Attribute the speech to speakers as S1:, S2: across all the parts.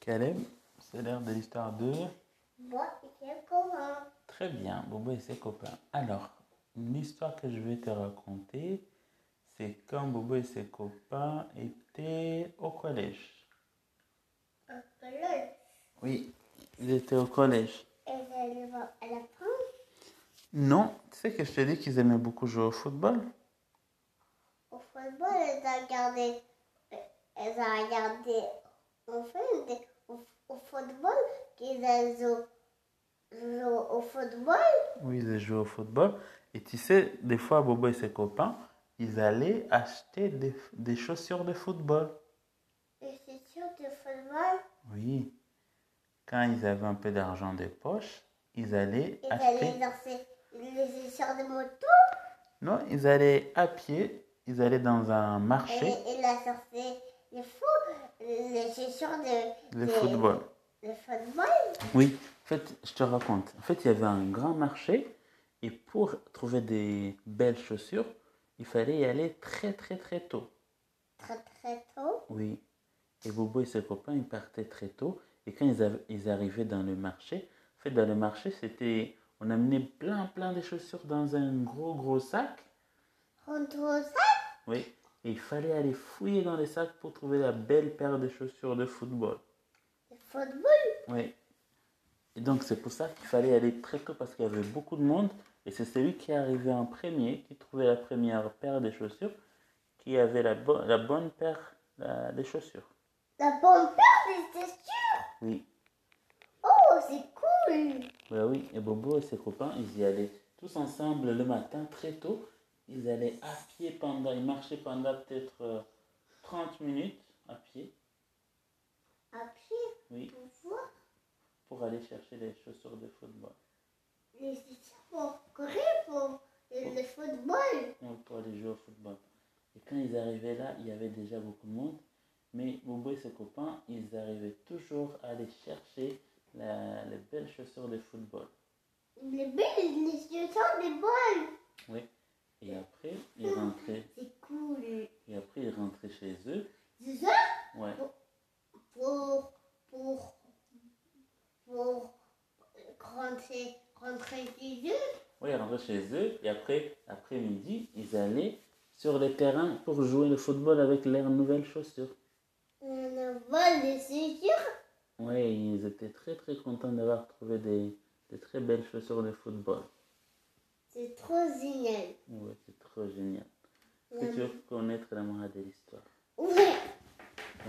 S1: Caleb, c'est l'heure de l'histoire de...
S2: Moi, c'est comment
S1: Très bien, Bobo et ses copains. Alors, l'histoire que je vais te raconter, c'est quand Bobo et ses copains étaient au collège.
S2: Un collège.
S1: Oui, ils étaient au collège.
S2: Et je le vois à la fin.
S1: Non, tu sais que je te dis qu'ils aimaient beaucoup jouer au football
S2: Au football, elles ont regardé. euh, Elles ont regardé. Au film, des- au, au football, qu'ils elles jouent- jouent au football.
S1: Oui, ils jouaient au football. Et tu sais, des fois, Bobo et ses copains, ils allaient acheter des, des chaussures de football.
S2: Et c'est sûr du football,
S1: Oui. Quand ils avaient un peu d'argent de poche, ils allaient
S2: ils
S1: acheter.
S2: allaient danser les essais de moto.
S1: Non, ils allaient à pied, ils allaient dans un
S2: Et,
S1: marché
S2: et la sortie, les fous, les chaussures de.
S1: de
S2: de-
S1: football.
S2: Le football
S1: Oui, en fait, je te raconte. En fait, il y avait un grand marché et pour trouver des belles chaussures, il fallait y aller très très très tôt.
S2: Très très tôt.
S1: Oui. Et Bobo et ses copains, ils partaient très tôt. Et quand ils, av- ils arrivaient dans le marché, en fait, dans le marché, c'était. On amenait plein, plein de chaussures dans un gros, gros sac.
S2: Rentre au sac.
S1: Oui. Et il fallait aller fouiller dans les sacs pour trouver la belle paire de chaussures de football.
S2: Le football
S1: Oui. Et donc, c'est pour ça qu'il fallait aller très tôt parce qu'il y avait beaucoup de monde. Et c'est celui qui arrivait en premier, qui trouvait la première paire de chaussures, qui avait la, bo- la bonne paire la- des chaussures.
S2: La pompe des chaussures.
S1: Oui.
S2: Oh, c'est cool.
S1: Bah oui, et Bobo et ses copains, ils y allaient tous ensemble le matin très tôt. Ils allaient à pied pendant, ils marchaient pendant peut-être euh, 30 minutes à pied,
S2: À pied,
S1: oui,
S2: pour voir
S1: pour aller chercher les chaussures de football,
S2: les chaussures pour courir pour le le football.
S1: donc pour aller jouer au football. Et quand ils arrivaient là, il y avait déjà beaucoup de monde, mais Bobo et ses copains, ils arrivaient toujours à aller chercher la- les belles chaussures de football.
S2: Les belles, les chaussures des balles.
S1: Et après, ils rentraient,
S2: C'est cool.
S1: et après, ils rentraient chez eux,
S2: C'est ça
S1: ouais.
S2: pour, pour, pour rentrer, rentrer chez eux.
S1: Oui, ils rentraient chez eux et après, après-midi, ils allaient sur les terrains pour jouer le football avec leurs nouvelles chaussures.
S2: On vole les chaussures.
S1: Oui, ils étaient très très contents d'avoir trouvé des, des très belles chaussures de football.
S2: C'est trop génial.
S1: Ouais, c'est trop génial. Est-ce que tu
S2: Ouais.
S1: veux connaître la morale de l'histoire
S2: Ouais.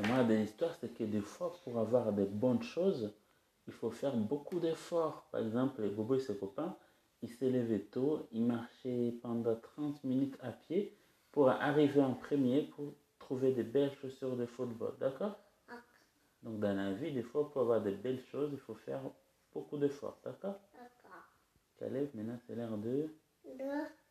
S1: La morale de l'histoire, c'est que des fois, pour avoir des bonnes choses, il faut faire beaucoup d'efforts. Par exemple, les Bobo et ses copains, ils se levaient tôt, ils marchaient pendant 30 minutes à pied pour arriver en premier pour trouver des belles chaussures de football. D'accord
S2: D'accord.
S1: Donc, dans la vie, des fois, pour avoir des belles choses, il faut faire beaucoup d'efforts. D'accord
S2: D'accord.
S1: Caleb, maintenant, c'est l'heure de.
S2: Deux.